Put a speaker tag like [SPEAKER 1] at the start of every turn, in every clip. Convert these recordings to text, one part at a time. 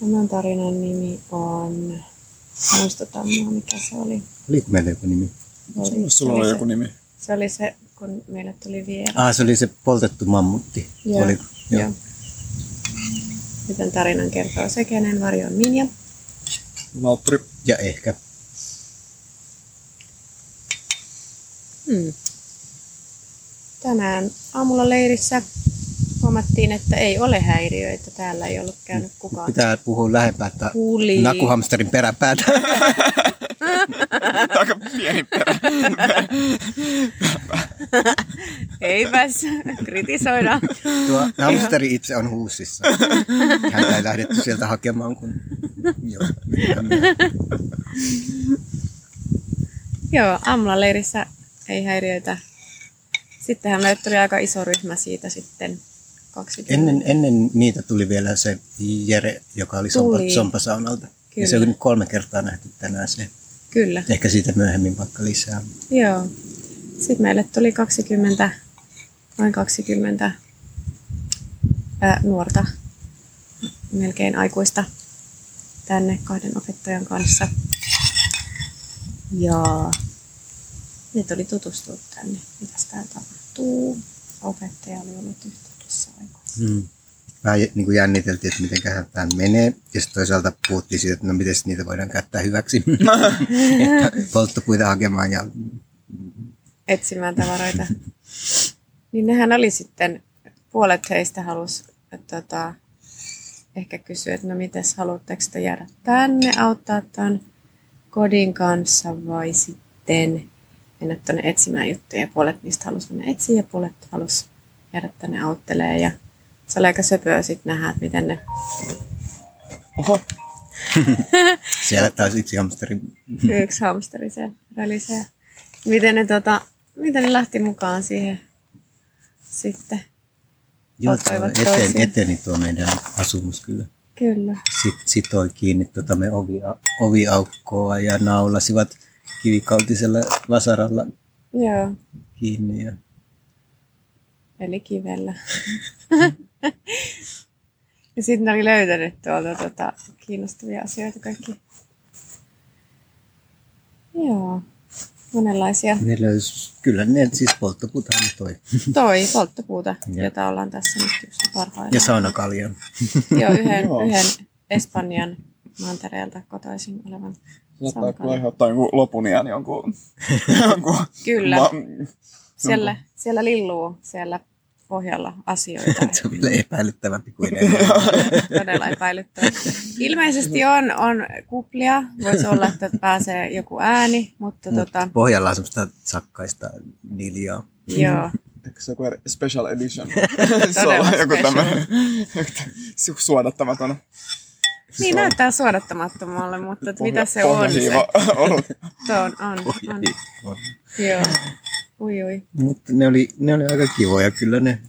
[SPEAKER 1] Tämän tarinan nimi on... Muistutan mua, mikä se oli.
[SPEAKER 2] Oliko meillä joku nimi?
[SPEAKER 1] oli
[SPEAKER 3] Sulla, No, sulla oli
[SPEAKER 1] se-
[SPEAKER 3] joku nimi.
[SPEAKER 1] Se oli se, kun meille tuli vielä.
[SPEAKER 2] Ah, se oli se poltettu mammutti.
[SPEAKER 1] Joo,
[SPEAKER 2] Oli,
[SPEAKER 1] joo. Miten tarinan kertoo se, kenen varjo on Minja.
[SPEAKER 3] Lauttori.
[SPEAKER 2] Ja ehkä.
[SPEAKER 1] Hmm. Tänään aamulla leirissä huomattiin, että ei ole häiriöitä. Täällä ei ollut käynyt kukaan.
[SPEAKER 2] Pitää puhua lähempää, että
[SPEAKER 1] Kuli.
[SPEAKER 2] nakuhamsterin peräpäätä.
[SPEAKER 3] Aika pieni perä.
[SPEAKER 1] Eipäs, kritisoidaan.
[SPEAKER 2] Tuo hamsteri itse on huusissa. Häntä ei lähdetty sieltä hakemaan, kun... Joo, mitä minä-
[SPEAKER 1] Joo, aamulla leirissä ei häiriöitä. Sittenhän meille tuli aika iso ryhmä siitä sitten. 20.
[SPEAKER 2] ennen, ennen niitä tuli vielä se Jere, joka oli sompa,
[SPEAKER 1] Tuli.
[SPEAKER 2] sompasaunalta. Ja se
[SPEAKER 1] Kyllä.
[SPEAKER 2] on nyt kolme kertaa nähty tänään se.
[SPEAKER 1] Kyllä,
[SPEAKER 2] Ehkä siitä myöhemmin vaikka lisää.
[SPEAKER 1] joo. Sitten meille tuli 20, noin 20 ää, nuorta, melkein aikuista, tänne kahden opettajan kanssa. Ja ne tuli tutustua tänne, mitä täällä tapahtuu. Opettaja oli ollut yhteydessä aikuisena.
[SPEAKER 2] Mm. Vähän niin kuin jänniteltiin, että mitenköhän tämä menee. Ja sitten toisaalta puhuttiin siitä, että no miten niitä voidaan käyttää hyväksi. että polttopuita hakemaan ja
[SPEAKER 1] etsimään tavaroita. Niin nehän oli sitten, puolet heistä halusi tota, ehkä kysyä, että no mites haluatteko te jäädä tänne auttaa tämän kodin kanssa vai sitten mennä tuonne etsimään juttuja. Puolet niistä halusi mennä etsiä ja puolet halusi jäädä tänne auttelee ja se oli aika söpöä sitten nähdä, että miten ne
[SPEAKER 3] Oho.
[SPEAKER 2] siellä taas yksi hamsteri.
[SPEAKER 1] yksi hamsteri se rälisee. Miten ne, tota, miten ne lähti mukaan siihen sitten.
[SPEAKER 2] Joo,
[SPEAKER 1] Ottavat
[SPEAKER 2] tuo eteen,
[SPEAKER 1] toisiaan.
[SPEAKER 2] eteni tuo meidän asumus kyllä.
[SPEAKER 1] Kyllä.
[SPEAKER 2] Sit, sitoi kiinni tota me ovi, oviaukkoa ja naulasivat kivikautisella vasaralla
[SPEAKER 1] Joo,
[SPEAKER 2] kiinni. Ja
[SPEAKER 1] eli kivellä. ja sitten ne oli löytänyt tuolta tota, kiinnostavia asioita kaikki. Joo, monenlaisia.
[SPEAKER 2] ne löys, kyllä ne siis polttoputahan ne toi.
[SPEAKER 1] Toi polttopuuta,
[SPEAKER 2] Joo.
[SPEAKER 1] jota ollaan tässä nyt just
[SPEAKER 2] Ja
[SPEAKER 1] parhaillaan.
[SPEAKER 2] saunakaljan.
[SPEAKER 1] Joo, yhden,
[SPEAKER 3] Joo.
[SPEAKER 1] yhden Espanjan mantereelta kotoisin olevan
[SPEAKER 3] Saattaa
[SPEAKER 1] salkan.
[SPEAKER 3] aiheuttaa jonkun lopun iän jonkun... jonkun
[SPEAKER 1] Kyllä,
[SPEAKER 3] ma-
[SPEAKER 1] siellä, siellä lilluu siellä pohjalla asioita.
[SPEAKER 2] Se on vielä epäilyttävämpi kuin ennen.
[SPEAKER 1] todella epäilyttävä. Ilmeisesti on, on kuplia. Voisi olla, että pääsee joku ääni, mutta
[SPEAKER 2] Mut
[SPEAKER 1] tota,
[SPEAKER 2] Pohjalla on semmoista sakkaista niljaa.
[SPEAKER 1] joo, Niin,
[SPEAKER 3] Eikö se joku eri- special edition? se
[SPEAKER 1] Todella
[SPEAKER 3] on joku
[SPEAKER 1] special.
[SPEAKER 3] tämmöinen suodattamaton.
[SPEAKER 1] niin
[SPEAKER 3] Se on
[SPEAKER 1] näyttää suodattamattomalle, mutta et mitä
[SPEAKER 3] pohja-
[SPEAKER 1] se on? Se,
[SPEAKER 3] pohjahiiva olut.
[SPEAKER 1] se on, on, on. Joo. Ui, ui.
[SPEAKER 2] Mutta ne oli, ne oli aika kivoja kyllä ne.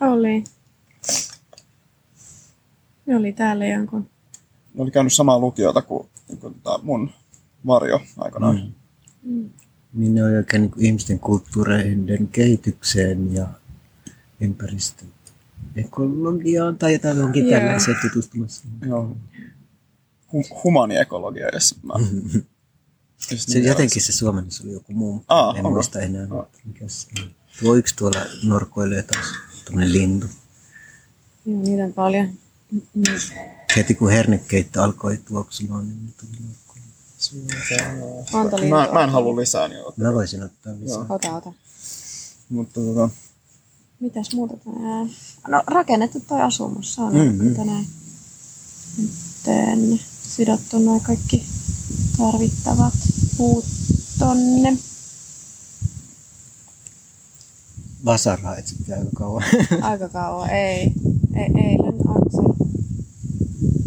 [SPEAKER 1] Oli. Ne oli täällä jonkun.
[SPEAKER 3] Ne oli käynyt samaa lukiota kuin, kuin tota mun varjo aikanaan.
[SPEAKER 2] Mm. Niin ne oli oikein niin ihmisten kulttuureiden kehitykseen ja ympäristön ekologiaan tai jotain johonkin
[SPEAKER 1] Joo.
[SPEAKER 2] tällaiseen tutustumassa.
[SPEAKER 3] Joo. Hum- humaniekologia edes. Mä. Just
[SPEAKER 2] Se
[SPEAKER 3] niitä
[SPEAKER 2] jotenkin se suomennus oli joku muu.
[SPEAKER 3] Aa,
[SPEAKER 2] en
[SPEAKER 3] onko?
[SPEAKER 2] muista enää.
[SPEAKER 3] Aa.
[SPEAKER 2] Mikä se on. Tuo yksi tuolla norkoilee taas, tuommoinen lintu.
[SPEAKER 1] Joo, niitä on Niin, paljon. Mm, mm.
[SPEAKER 2] Heti kun hernekeitto alkoi tuoksumaan, niin ne tuli norkoilemaan.
[SPEAKER 1] Monta
[SPEAKER 3] olisi. Mä,
[SPEAKER 1] lintua.
[SPEAKER 3] mä en halua lisää niin ota.
[SPEAKER 2] Mä voisin ottaa lisää.
[SPEAKER 1] Ota, ota.
[SPEAKER 3] Mutta tota,
[SPEAKER 1] Mitäs muuta tänään? No rakennettu toi asumus, se on
[SPEAKER 2] Mhm.
[SPEAKER 1] mm-hmm. tänään nytten sidottu noin kaikki tarvittavat puut tonne.
[SPEAKER 2] Vasaraa etsittiin aika kauan.
[SPEAKER 1] Aika kauan, ei. E- eilen on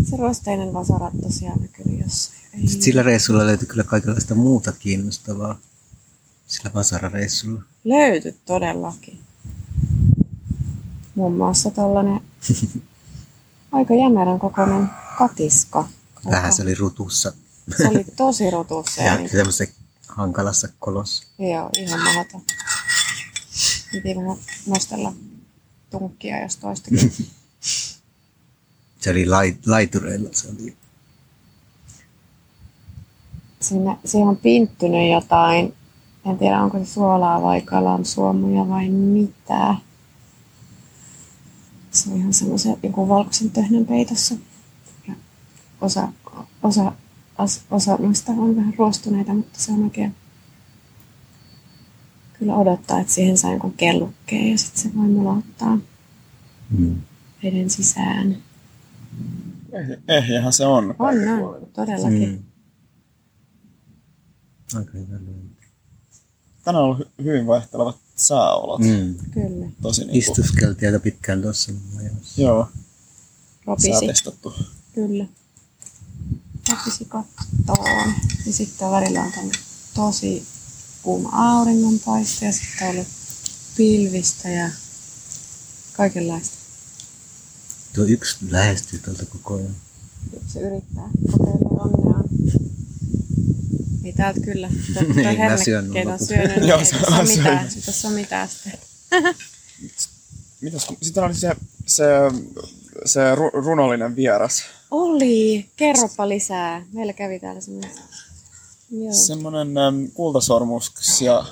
[SPEAKER 1] se, se rosteinen vasara tosiaan näkynyt jossain. Ei.
[SPEAKER 2] Sitten sillä reissulla löytyi kyllä kaikenlaista muuta kiinnostavaa. Sillä vasarareissulla.
[SPEAKER 1] Löytyi todellakin. Muun muassa tällainen aika jämerän kokoinen katiska.
[SPEAKER 2] Vähän se oli rutussa
[SPEAKER 1] se oli tosi niin rotussa.
[SPEAKER 2] ja semmoisessa hankalassa kolossa.
[SPEAKER 1] Joo, ihan mahdoton. Piti vähän nostella tunkkia jos toistakin.
[SPEAKER 2] Se oli lai, laitureilla, se oli.
[SPEAKER 1] Siinä, siihen on pinttynyt jotain. En tiedä, onko se suolaa vai kalan suomuja vai mitä. Se on ihan semmoisen joku valkoisen töhnän peitossa. Ja osa, osa, as, osa noista on vähän ruostuneita, mutta se on oikein kyllä odottaa, että siihen saa jonkun kellukkeen ja sitten se voi mulauttaa
[SPEAKER 2] Mm.
[SPEAKER 1] veden sisään.
[SPEAKER 3] Eh- Ehjähän se on.
[SPEAKER 1] On, on, todellakin. Mm.
[SPEAKER 2] Mm. Aika hyvä lyönti.
[SPEAKER 3] Tänään on ollut hy- hyvin vaihtelevat sääolot. Mm.
[SPEAKER 2] Mm.
[SPEAKER 1] Kyllä,
[SPEAKER 3] Tosi niin kuin,
[SPEAKER 2] Istuskeltiin aika pitkään tuossa majoissa.
[SPEAKER 3] joo,
[SPEAKER 1] ropisi.
[SPEAKER 3] säätestattu.
[SPEAKER 1] Kyllä. Ropisi kattoon. Ja sitten välillä on tämmöinen tosi kuuma auringonpaiste ja sitten on ollut pilvistä ja kaikenlaista.
[SPEAKER 2] Tuo yksi lähestyy tuolta koko ajan.
[SPEAKER 1] Se yrittää kokeilla onneaan. Ei täältä kyllä. Tuo- Tuo
[SPEAKER 2] Ei nää syönyt
[SPEAKER 1] hernekeet on
[SPEAKER 2] lopulta.
[SPEAKER 1] syönyt. niin
[SPEAKER 3] Joo,
[SPEAKER 1] ei
[SPEAKER 3] se
[SPEAKER 1] tässä
[SPEAKER 3] on
[SPEAKER 1] ole mitään.
[SPEAKER 3] syönyt.
[SPEAKER 1] Tässä on mitään sitten.
[SPEAKER 3] Mitäs, kun- sitten oli se, se, se ru- runollinen vieras.
[SPEAKER 1] Oli! Kerropa lisää. Meillä kävi täällä semmoinen. Joo.
[SPEAKER 3] Semmoinen äm, kultasormuksia.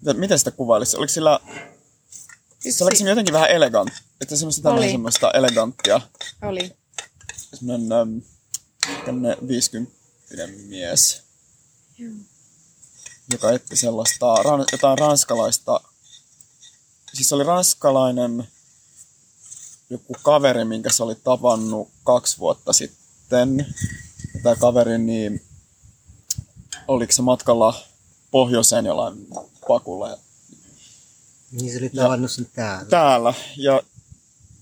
[SPEAKER 3] Mitä- Miten sitä kuvailisi? Oliko sillä, se oliko se jotenkin vähän elegant, että semmoista, tämmöinen
[SPEAKER 1] Oli.
[SPEAKER 3] semmoista eleganttia,
[SPEAKER 1] Oli.
[SPEAKER 3] semmoinen äm, tämmöinen 50 mies,
[SPEAKER 1] Joo.
[SPEAKER 3] joka etsi sellaista, ran, jotain ranskalaista, siis se oli ranskalainen joku kaveri, minkä se oli tavannut kaksi vuotta sitten. Ja tämä kaveri, niin oliko se matkalla pohjoiseen jollain pakulla ja
[SPEAKER 2] Niin se oli tavannut sen täällä.
[SPEAKER 3] täällä. Ja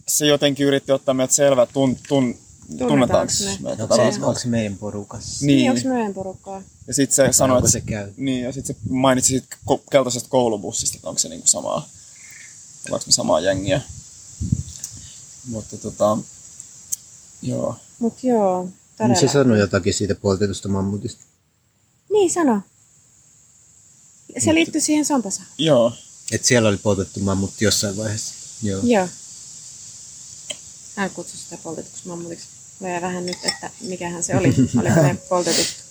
[SPEAKER 3] se jotenkin yritti ottaa meidät selvää, tun, tun, tunnetaanko
[SPEAKER 1] me?
[SPEAKER 3] me
[SPEAKER 2] onko,
[SPEAKER 3] tätä
[SPEAKER 2] se,
[SPEAKER 3] ranskalaista.
[SPEAKER 2] onko se meidän porukassa?
[SPEAKER 1] Niin.
[SPEAKER 3] Niin,
[SPEAKER 1] Onko meidän porukkaa?
[SPEAKER 3] ja sitten se
[SPEAKER 2] Vai
[SPEAKER 3] sanoi,
[SPEAKER 2] onko
[SPEAKER 3] että
[SPEAKER 2] se käy?
[SPEAKER 3] Niin, ja sitten se mainitsi sit ko- keltaisesta koulubussista, että onko se niinku samaa, ollaanko me samaa jengiä. Mutta tota, joo.
[SPEAKER 1] Mut joo, todella.
[SPEAKER 2] Niin se sanoi jotakin siitä poltetusta mammutista.
[SPEAKER 1] Niin sano. Se liittyy siihen sompasahaan.
[SPEAKER 3] Joo,
[SPEAKER 2] Että siellä oli poltettu mammutti jossain vaiheessa. Joo.
[SPEAKER 1] Joo. Hän kutsui sitä poltetuksi mammutiksi. Tulee vähän nyt, että mikähän se oli. Oliko se poltetuksi?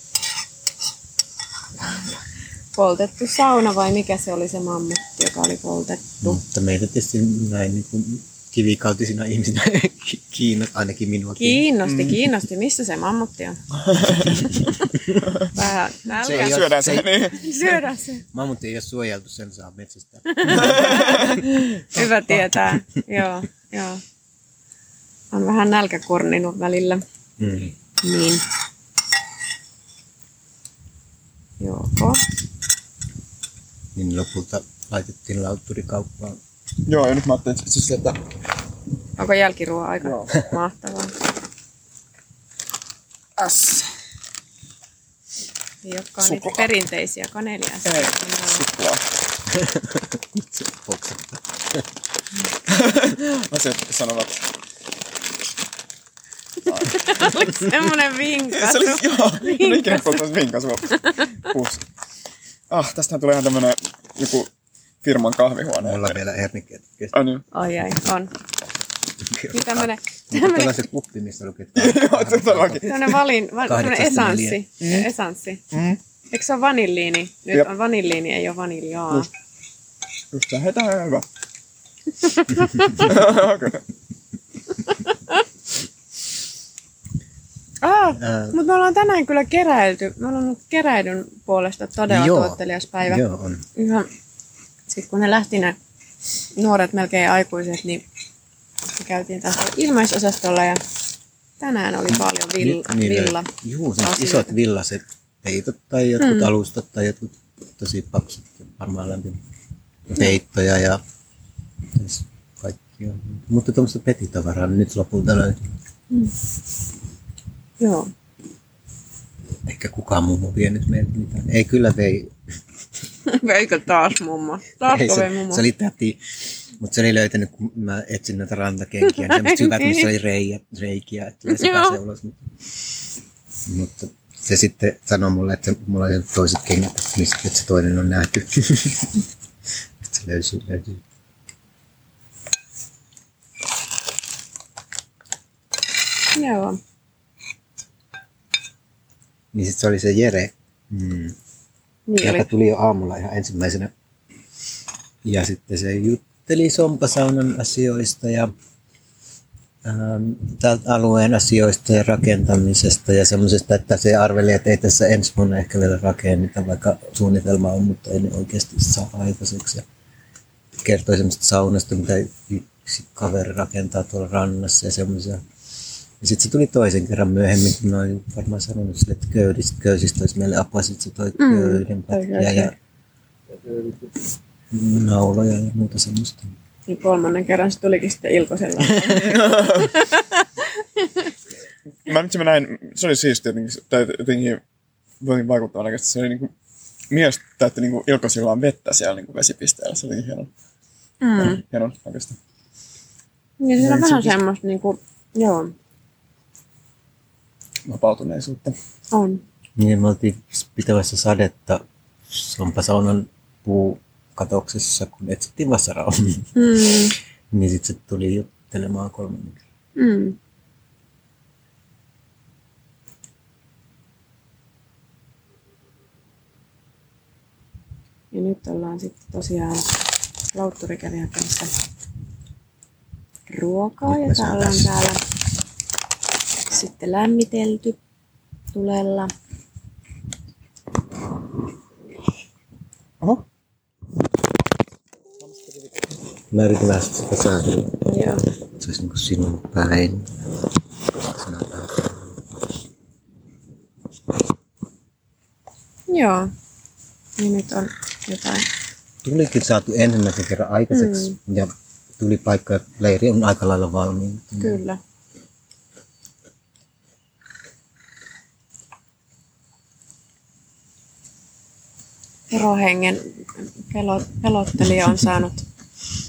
[SPEAKER 1] Poltettu sauna vai mikä se oli se mammutti, joka oli poltettu?
[SPEAKER 2] Mutta meitä tietysti näin niin kuin kivikautisina ihmisinä ki- kiinno, ainakin minua Mm.
[SPEAKER 1] Kiinnosti, kiinnosti. Missä se mammutti on? Vähän
[SPEAKER 2] Se ei
[SPEAKER 1] nälkä.
[SPEAKER 2] ole-
[SPEAKER 3] syödään se.
[SPEAKER 2] se-
[SPEAKER 3] Niin.
[SPEAKER 1] Syödään se.
[SPEAKER 2] Mammutti ei ole suojeltu, sen saa metsästä.
[SPEAKER 1] Hyvä tietää. joo, joo. On vähän nälkäkorninut välillä.
[SPEAKER 2] Mm.
[SPEAKER 1] Niin. Joo.
[SPEAKER 2] Niin lopulta laitettiin lautturikauppaan.
[SPEAKER 3] Joo, ja nyt mä ajattelin, että, siis, että
[SPEAKER 1] Onko jälkiruoan aika?
[SPEAKER 3] Joo.
[SPEAKER 1] Mahtavaa.
[SPEAKER 3] S.
[SPEAKER 1] Ei olekaan niitä
[SPEAKER 3] Suklaa.
[SPEAKER 1] perinteisiä kanelia.
[SPEAKER 3] Ei, suklaa.
[SPEAKER 2] Se poksattaa.
[SPEAKER 3] Asiat sanovat.
[SPEAKER 1] Oliko semmoinen vinkkasu?
[SPEAKER 3] Se oli, joo, en ole ikinä kuullut tämmöistä vinkas pus. Ah, tästä tulee ihan tämmönen joku firman kahvihuone.
[SPEAKER 2] Mulla on vielä hernikeet.
[SPEAKER 3] Ai niin.
[SPEAKER 1] Ai ai, on. Niin tämmönen,
[SPEAKER 2] Mutta on
[SPEAKER 1] tämmönen,
[SPEAKER 2] se kuppi, missä lukee.
[SPEAKER 3] Joo, se todellakin.
[SPEAKER 1] tämmönen, valin, va, tämmönen
[SPEAKER 2] Kahdeksasta
[SPEAKER 1] esanssi. esanssi.
[SPEAKER 3] Mm.
[SPEAKER 1] Eikö se ole vanilliini? Nyt
[SPEAKER 3] Jep.
[SPEAKER 1] on vanilliini, ei ole vaniljaa.
[SPEAKER 3] Just. Just se, hei, tää on ihan hyvä. Okei.
[SPEAKER 1] Ah,
[SPEAKER 2] Ää.
[SPEAKER 1] mutta me ollaan tänään kyllä keräilty. Me ollaan ollut keräilyn puolesta todella
[SPEAKER 2] Joo.
[SPEAKER 1] tuottelias päivä.
[SPEAKER 2] Joo, on.
[SPEAKER 1] ihan, sit kun ne lähti ne nuoret melkein aikuiset, niin me käytiin taas tuolla ilmaisosastolla ja tänään oli paljon vill,
[SPEAKER 2] Ni- niin niillä-
[SPEAKER 1] villa. Hmm.
[SPEAKER 2] Juu, siis
[SPEAKER 1] asioita.
[SPEAKER 2] isot villaset peitot tai jotkut mm. alustat tai jotkut tosi paksut ja varmaan lämpimät peittoja ja siis kaikkia. Mutta tuommoista petitavaraa nyt lopulta löytyy.
[SPEAKER 1] Joo.
[SPEAKER 2] Eikä kukaan mummo vienyt meiltä mitään. Ei kyllä vei.
[SPEAKER 1] Eikö taas mummo? Taas
[SPEAKER 2] Ei,
[SPEAKER 1] kovin
[SPEAKER 2] se,
[SPEAKER 1] mummo.
[SPEAKER 2] se oli täti. Mutta se oli löytänyt, kun mä etsin näitä rantakenkiä, niin semmoiset hyvät, missä oli reijät, reikiä, että ei se
[SPEAKER 1] Joo.
[SPEAKER 2] pääsee ulos. Mutta, mutta se sitten sanoi mulle, että mulla on toiset kengät, niin sitten, että se toinen on nähty. Että se löysi, löysi.
[SPEAKER 1] Joo.
[SPEAKER 2] Niin sitten se oli se Jere, mm,
[SPEAKER 1] Niin
[SPEAKER 2] joka
[SPEAKER 1] oli.
[SPEAKER 2] tuli jo aamulla ihan ensimmäisenä. Ja sitten se jutteli Sompasaunan asioista ja ähm, tältä alueen asioista ja rakentamisesta ja semmoisesta, että se arveli, että ei tässä ensi vuonna ehkä vielä rakenneta, vaikka suunnitelma on, mutta ei ne oikeasti saa aikaiseksi. Ja kertoi semmoista saunasta, mitä yksi kaveri rakentaa tuolla rannassa ja semmoisia. Ja sitten se tuli toisen kerran myöhemmin, kun mä olin varmaan sanonut sille, että köydistä, köysistä olisi meille apua, sitten se toi mm, köyden pätkiä
[SPEAKER 1] oikein.
[SPEAKER 2] ja nauloja ja muuta semmoista.
[SPEAKER 1] Niin kolmannen kerran se tulikin sitten Ilkosella.
[SPEAKER 3] Mä nyt mä näin, se oli siisti jotenkin, se- tai jotenkin, jotenkin vaikuttaa oikeasti. Se oli niinku, mies täytti niinku ilkosillaan vettä siellä niinku vesipisteellä. Se oli hieno,
[SPEAKER 1] mm.
[SPEAKER 3] mm. hieno oikeasti.
[SPEAKER 1] Niin siinä on
[SPEAKER 3] Näin se
[SPEAKER 1] vähän
[SPEAKER 3] pist-
[SPEAKER 1] semmoista niinku, joo,
[SPEAKER 3] vapautuneisuutta.
[SPEAKER 1] on.
[SPEAKER 2] Niin, me oltiin pitävässä sadetta Sompasaunan puukatoksessa, kun etsittiin vasaraumia.
[SPEAKER 1] Mm.
[SPEAKER 2] Niin sitten se tuli juttelemaan kolmannen kerran.
[SPEAKER 1] Mm. Ja nyt ollaan sitten tosiaan lautturikävijän kanssa ruokaa,
[SPEAKER 2] Nyt me
[SPEAKER 1] jota
[SPEAKER 2] syödään.
[SPEAKER 1] ollaan täällä sitten lämmitelty tulella.
[SPEAKER 3] Oho.
[SPEAKER 2] Mä yritin vähän sitä säädellä.
[SPEAKER 1] Joo.
[SPEAKER 2] Se olisi niin sinun päin. Sinä päin.
[SPEAKER 1] Joo. Niin nyt on jotain.
[SPEAKER 2] Tulikin saatu ensimmäisen kerran aikaiseksi mm. ja tuli paikka, leiri on aika lailla valmiina.
[SPEAKER 1] Kyllä. Erohengen pelo- pelottelija on saanut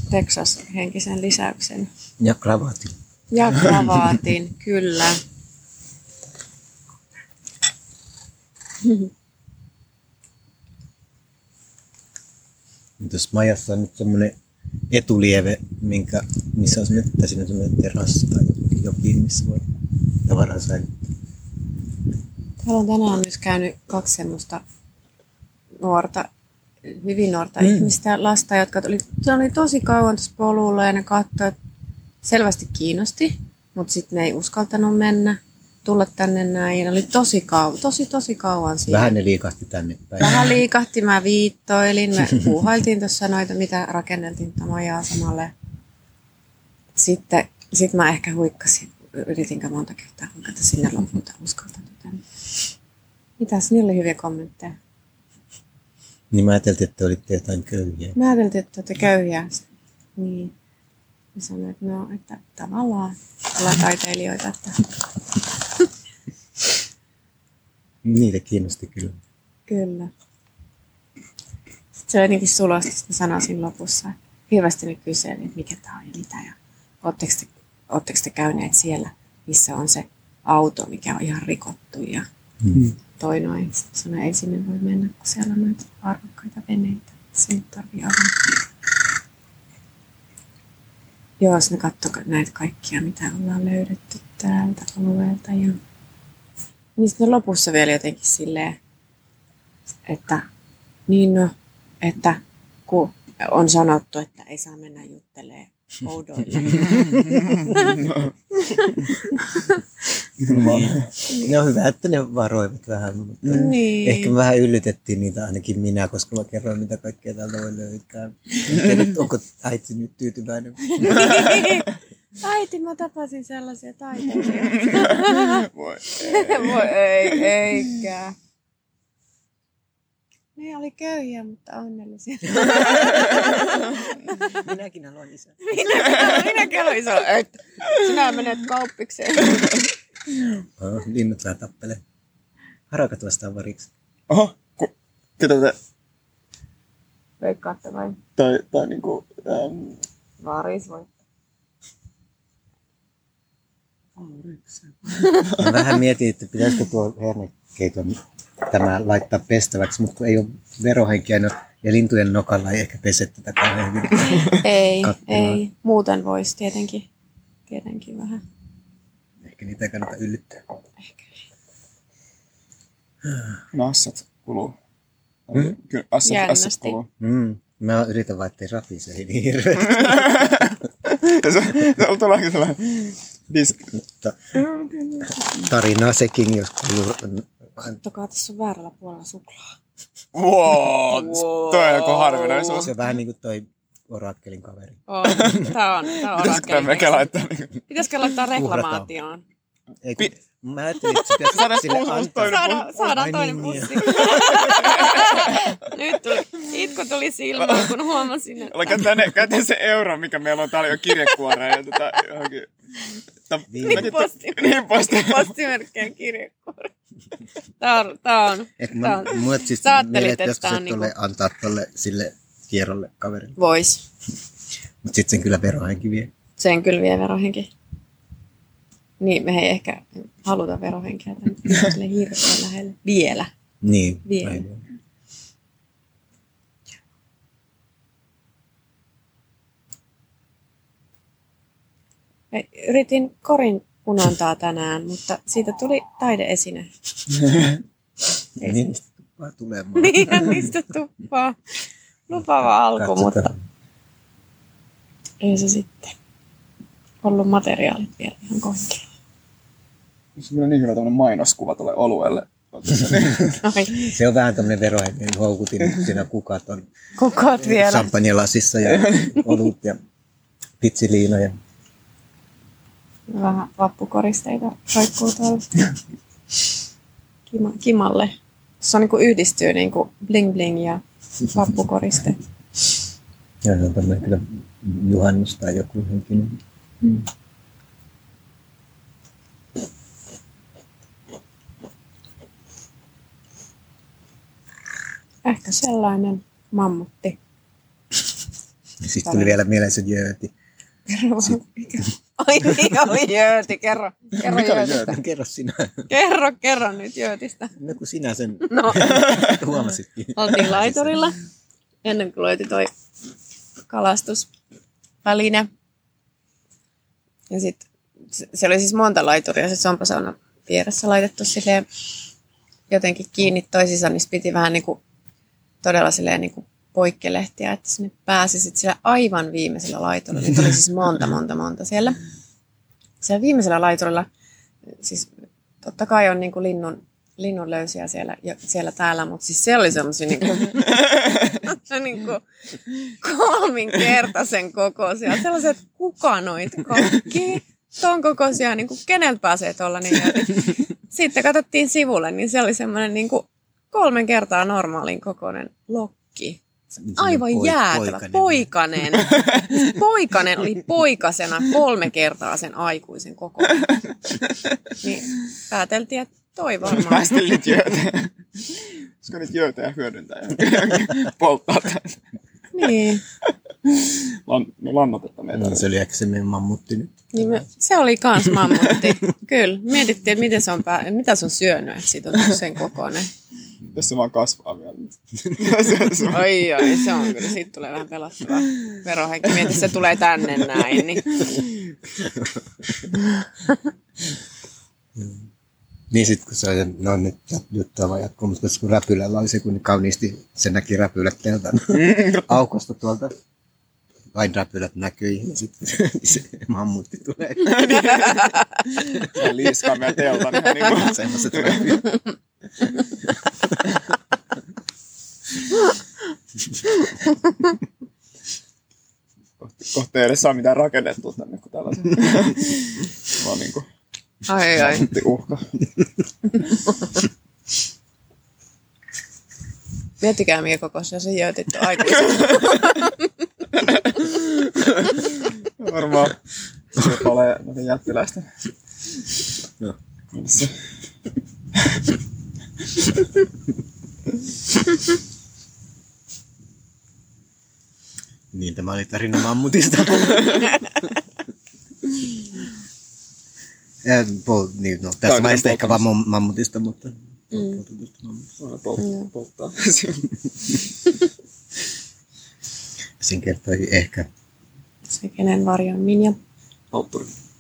[SPEAKER 1] Texas-henkisen lisäyksen.
[SPEAKER 2] Ja kravaatti.
[SPEAKER 1] Ja kravaatin, kyllä.
[SPEAKER 2] Nyt Tässä majassa on nyt semmoinen etulieve, minkä, missä on semmoinen, tai siinä on semmoinen terassi tai jokin joki, missä voi tavaraa säilyttää.
[SPEAKER 1] Täällä on tänään myös käynyt kaksi semmoista nuorta, hyvin nuorta mm.
[SPEAKER 2] Mm.
[SPEAKER 1] ihmistä, lasta, jotka oli, se oli tosi kauan tuossa polulla ja ne katsoi, että selvästi kiinnosti, mutta sitten ne ei uskaltanut mennä, tulla tänne näin. Ja Ne oli tosi kauan, tosi tosi kauan siinä.
[SPEAKER 2] Vähän ne liikahti tänne päin.
[SPEAKER 1] Vähän liikahti, mä viittoilin, me puuhailtiin tuossa noita, mitä rakenneltiin tätä majaa samalle. Sitten sit mä ehkä huikkasin, yritinkö monta kertaa huikata sinne lopulta uskaltanut tänne. Mitäs, niillä oli hyviä kommentteja.
[SPEAKER 2] Niin mä ajattelin, että te olitte jotain köyhiä.
[SPEAKER 1] Mä ajattelin, että olette köyhiä. Niin. Mä sanoin, että no, että tavallaan ollaan taiteilijoita. Että
[SPEAKER 2] Niitä kiinnosti kyllä.
[SPEAKER 1] Kyllä. Sitten se oli jotenkin sulosti, sitten mä sanoisin lopussa. että Hirveästi ne kyseli, että mikä tämä on ja mitä. Ja ootteko te, ootteko te käyneet siellä, missä on se auto, mikä on ihan rikottu. Ja
[SPEAKER 2] Mm.
[SPEAKER 1] toi noin. Sitten sanoi, ei sinne voi mennä, kun siellä on noita arvokkaita veneitä. Sinne tarvii avata. Joo, sitten katsoi näitä kaikkia, mitä ollaan löydetty täältä alueelta. Ja... Niin sitten lopussa vielä jotenkin silleen, että niin no, että kun on sanottu, että ei saa mennä juttelemaan oudoille.
[SPEAKER 2] No hyvä, että ne varoivat vähän, mutta
[SPEAKER 1] niin.
[SPEAKER 2] ehkä me vähän yllytettiin niitä ainakin minä, koska mä kerroin, mitä kaikkea täältä voi löytää. Ja nyt, onko äiti nyt tyytyväinen?
[SPEAKER 1] Äiti, mä tapasin sellaisia taiteilijoita.
[SPEAKER 3] Voi.
[SPEAKER 1] Voi ei, eikä. Ne oli köyhiä, mutta onnellisia.
[SPEAKER 2] Minäkin haluan isää.
[SPEAKER 1] Minä kello iso. Et. Sinä menet kauppikseen.
[SPEAKER 2] Oh, linnut vähän tappelee. Harakat vastaan variksi.
[SPEAKER 3] Oho, ku, ketä te,
[SPEAKER 1] Veikkaatte vai
[SPEAKER 3] tai, tai niinku, äm,
[SPEAKER 1] varis voi?
[SPEAKER 2] Mä vähän mietin, että pitäisikö tuo hernekeiton tämä laittaa pestäväksi, mutta kun ei ole verohenkiä no, ja lintujen nokalla ei ehkä pese tätä kauhean hyvin.
[SPEAKER 1] Ei,
[SPEAKER 2] Kattilaan.
[SPEAKER 1] ei. Muuten voisi tietenkin. Tietenkin vähän.
[SPEAKER 2] Ehkä Ehkä niitä ei kannata yllyttää.
[SPEAKER 1] Ehkä.
[SPEAKER 3] Nassat kuluu.
[SPEAKER 2] Mm.
[SPEAKER 3] Kyllä, assat, assat
[SPEAKER 1] Jännästi.
[SPEAKER 3] kuluu.
[SPEAKER 2] Mm. Mä yritän vaan, ettei rapise ei niin hirveästi.
[SPEAKER 3] Ja se, se on tuollakin sellainen disk.
[SPEAKER 2] Mutta tarinaa sekin, jos kuuluu
[SPEAKER 1] Tokaa tässä on väärällä puolella suklaa.
[SPEAKER 3] Wow, toi on joku harvinaisuus.
[SPEAKER 2] Se on vähän niin kuin toi Orakkelin kaveri.
[SPEAKER 1] Oh, tää on, tää on
[SPEAKER 3] Pitäisikö
[SPEAKER 1] rakennus.
[SPEAKER 3] mekin laittaa niinku?
[SPEAKER 1] Pitäisikö laittaa reklamaatioon?
[SPEAKER 2] Ei,
[SPEAKER 3] Pi-
[SPEAKER 2] Pi- mä ajattelin, että se pitäisi
[SPEAKER 3] Saadaan
[SPEAKER 2] sille
[SPEAKER 3] kuusi
[SPEAKER 2] antaa.
[SPEAKER 3] musta toinen
[SPEAKER 1] Saadaan, saadaan
[SPEAKER 2] Ai
[SPEAKER 1] toinen
[SPEAKER 2] niin,
[SPEAKER 1] pussi. Nyt tuli, itku tuli silmään, kun huomasin, että...
[SPEAKER 3] Älä käytä ne- käytä se euro, mikä meillä on täällä jo kirjekuoreen ja tota johonkin. Tää-
[SPEAKER 2] Niin
[SPEAKER 3] mäkin-
[SPEAKER 1] posti.
[SPEAKER 3] Niin posti.
[SPEAKER 1] Postimerkkejä kirjekuori. Tää on, tää on,
[SPEAKER 2] Et
[SPEAKER 1] tää
[SPEAKER 2] mä,
[SPEAKER 1] on.
[SPEAKER 2] mulle siis
[SPEAKER 1] Sä ajattelit,
[SPEAKER 2] mielet
[SPEAKER 1] että
[SPEAKER 2] joskus,
[SPEAKER 1] tää on
[SPEAKER 2] että tulee
[SPEAKER 1] niinku-
[SPEAKER 2] antaa tolle sille kierrolle kaverille.
[SPEAKER 1] Vois.
[SPEAKER 2] Mut sit sen kyllä verohenki vie.
[SPEAKER 1] Sen kyllä vie verohenki. Niin, me ei ehkä haluta verohenkeä tänne hirveän lähelle. Vielä.
[SPEAKER 2] Niin.
[SPEAKER 1] Vie.
[SPEAKER 2] Näin.
[SPEAKER 1] Mä yritin korin punontaa tänään, mutta siitä tuli taideesine.
[SPEAKER 2] Niin. Vaan tulemaan.
[SPEAKER 1] Niin, ja niistä tuppaa. Lupava alku, mutta
[SPEAKER 2] Katsotaan.
[SPEAKER 1] ei se sitten ollut materiaalit vielä ihan kohdalla.
[SPEAKER 3] Se on niin hyvä tämmönen mainoskuva tuolle oluelle.
[SPEAKER 1] Ai,
[SPEAKER 2] Se on vähän tämmöinen verohengen houkutin. Siinä kukat on
[SPEAKER 1] kukot vielä.
[SPEAKER 2] champagnelasissa ja olut ja pitsiliina ja
[SPEAKER 1] Vähän vappukoristeita roikkuu tuolla. Kima, kimalle. Se on niin kuin yhdistyy niin kuin bling bling ja vappukoriste.
[SPEAKER 2] Ja se on tämmöinen kyllä juhannus tai joku Niin henkinen.
[SPEAKER 1] Ehkä sellainen mammutti.
[SPEAKER 2] Sitten tuli vielä mieleen se jööti.
[SPEAKER 1] Kerro vaan. mikä- Ai niin, oli jööti. Kerro, kerro
[SPEAKER 3] Mikä oli
[SPEAKER 1] jöötistä.
[SPEAKER 3] jööti?
[SPEAKER 2] Kerro sinä,
[SPEAKER 1] Kerro, kerro nyt jöötistä.
[SPEAKER 2] no kun sinä sen
[SPEAKER 1] No,
[SPEAKER 2] huomasitkin.
[SPEAKER 1] oltiin laiturilla ennen kuin löyti toi kalastusväline. Ja sitten se oli siis monta laituria se sompasauna vieressä laitettu silleen jotenkin kiinni toisiinsa, niin sit piti vähän niin kuin todella silleen niin kuin poikkelehtiä, että sinne pääsi sitten sillä aivan viimeisellä laiturilla. Niitä oli siis monta, monta, monta siellä. Siellä viimeisellä laiturilla, siis totta kai on niin kuin linnun, linnun löysiä siellä, jo- siellä täällä, mutta siis se oli semmoisia niin kuin, niin kuin kolminkertaisen kokoisia. Sellaiset kukanoit kaikki. Ton kokoisia, niin kuin keneltä pääsee tuolla niin näytin. Sitten katsottiin sivulle, niin se oli semmoinen niin kuin kolmen kertaa normaalin kokoinen lokki. Aivan
[SPEAKER 2] Poi-
[SPEAKER 1] jäätävä. Poikanen. poikanen. Poikanen oli poikasena kolme kertaa sen aikuisen kokoinen. Niin pääteltiin, että toi varmaan.
[SPEAKER 3] Päästin nyt jööteen. Olisiko nyt jöötejä hyödyntää ja polttaa tätä
[SPEAKER 1] Niin.
[SPEAKER 3] lan- lannotetta meitä.
[SPEAKER 2] No, se oli ehkä se meidän mammutti nyt.
[SPEAKER 1] Niin me, se oli kans mammutti. Kyllä. Mietittiin, että miten se on pää, mitä se on syönyt, että siitä on tullut sen kokoinen.
[SPEAKER 3] Mm. Jos se vaan kasvaa vielä.
[SPEAKER 1] Ai ai, se on kyllä. Siitä tulee vähän pelottavaa. Verohenki mietti, se tulee tänne näin. Niin.
[SPEAKER 2] Niin sitten kun se oli, no nyt juttava jatkuu, mutta kun räpylällä oli se, kun niin kauniisti se näki räpylät täältä aukosta tuolta. Vain räpylät näkyi ja sitten se mammutti tulee.
[SPEAKER 3] Se liiskaa meidän teltan. ihan Niin kuin,
[SPEAKER 2] Semmoiset räpylät.
[SPEAKER 3] kohta ei edes saa mitään rakennettua tänne, kun täällä on se- vaan niin kuin,
[SPEAKER 1] Ai ai.
[SPEAKER 3] uhka.
[SPEAKER 1] Miettikää, mikä kokoisia se jöötit on aikuisen.
[SPEAKER 3] Varmaan se palee noiden jättiläisten.
[SPEAKER 2] Joo.
[SPEAKER 3] Missä?
[SPEAKER 2] Niin tämä oli tarina mammutista. Ja, po, niin, no,
[SPEAKER 3] Tämä
[SPEAKER 2] tässä
[SPEAKER 3] on
[SPEAKER 2] vaiheessa
[SPEAKER 3] kyllä
[SPEAKER 2] ehkä vaan mam- mammutista, mutta... Mm.
[SPEAKER 3] Aina pol- polttaa.
[SPEAKER 2] Sen kertoi ehkä
[SPEAKER 1] Se, kenen varjo on Minja.
[SPEAKER 3] Poltturi.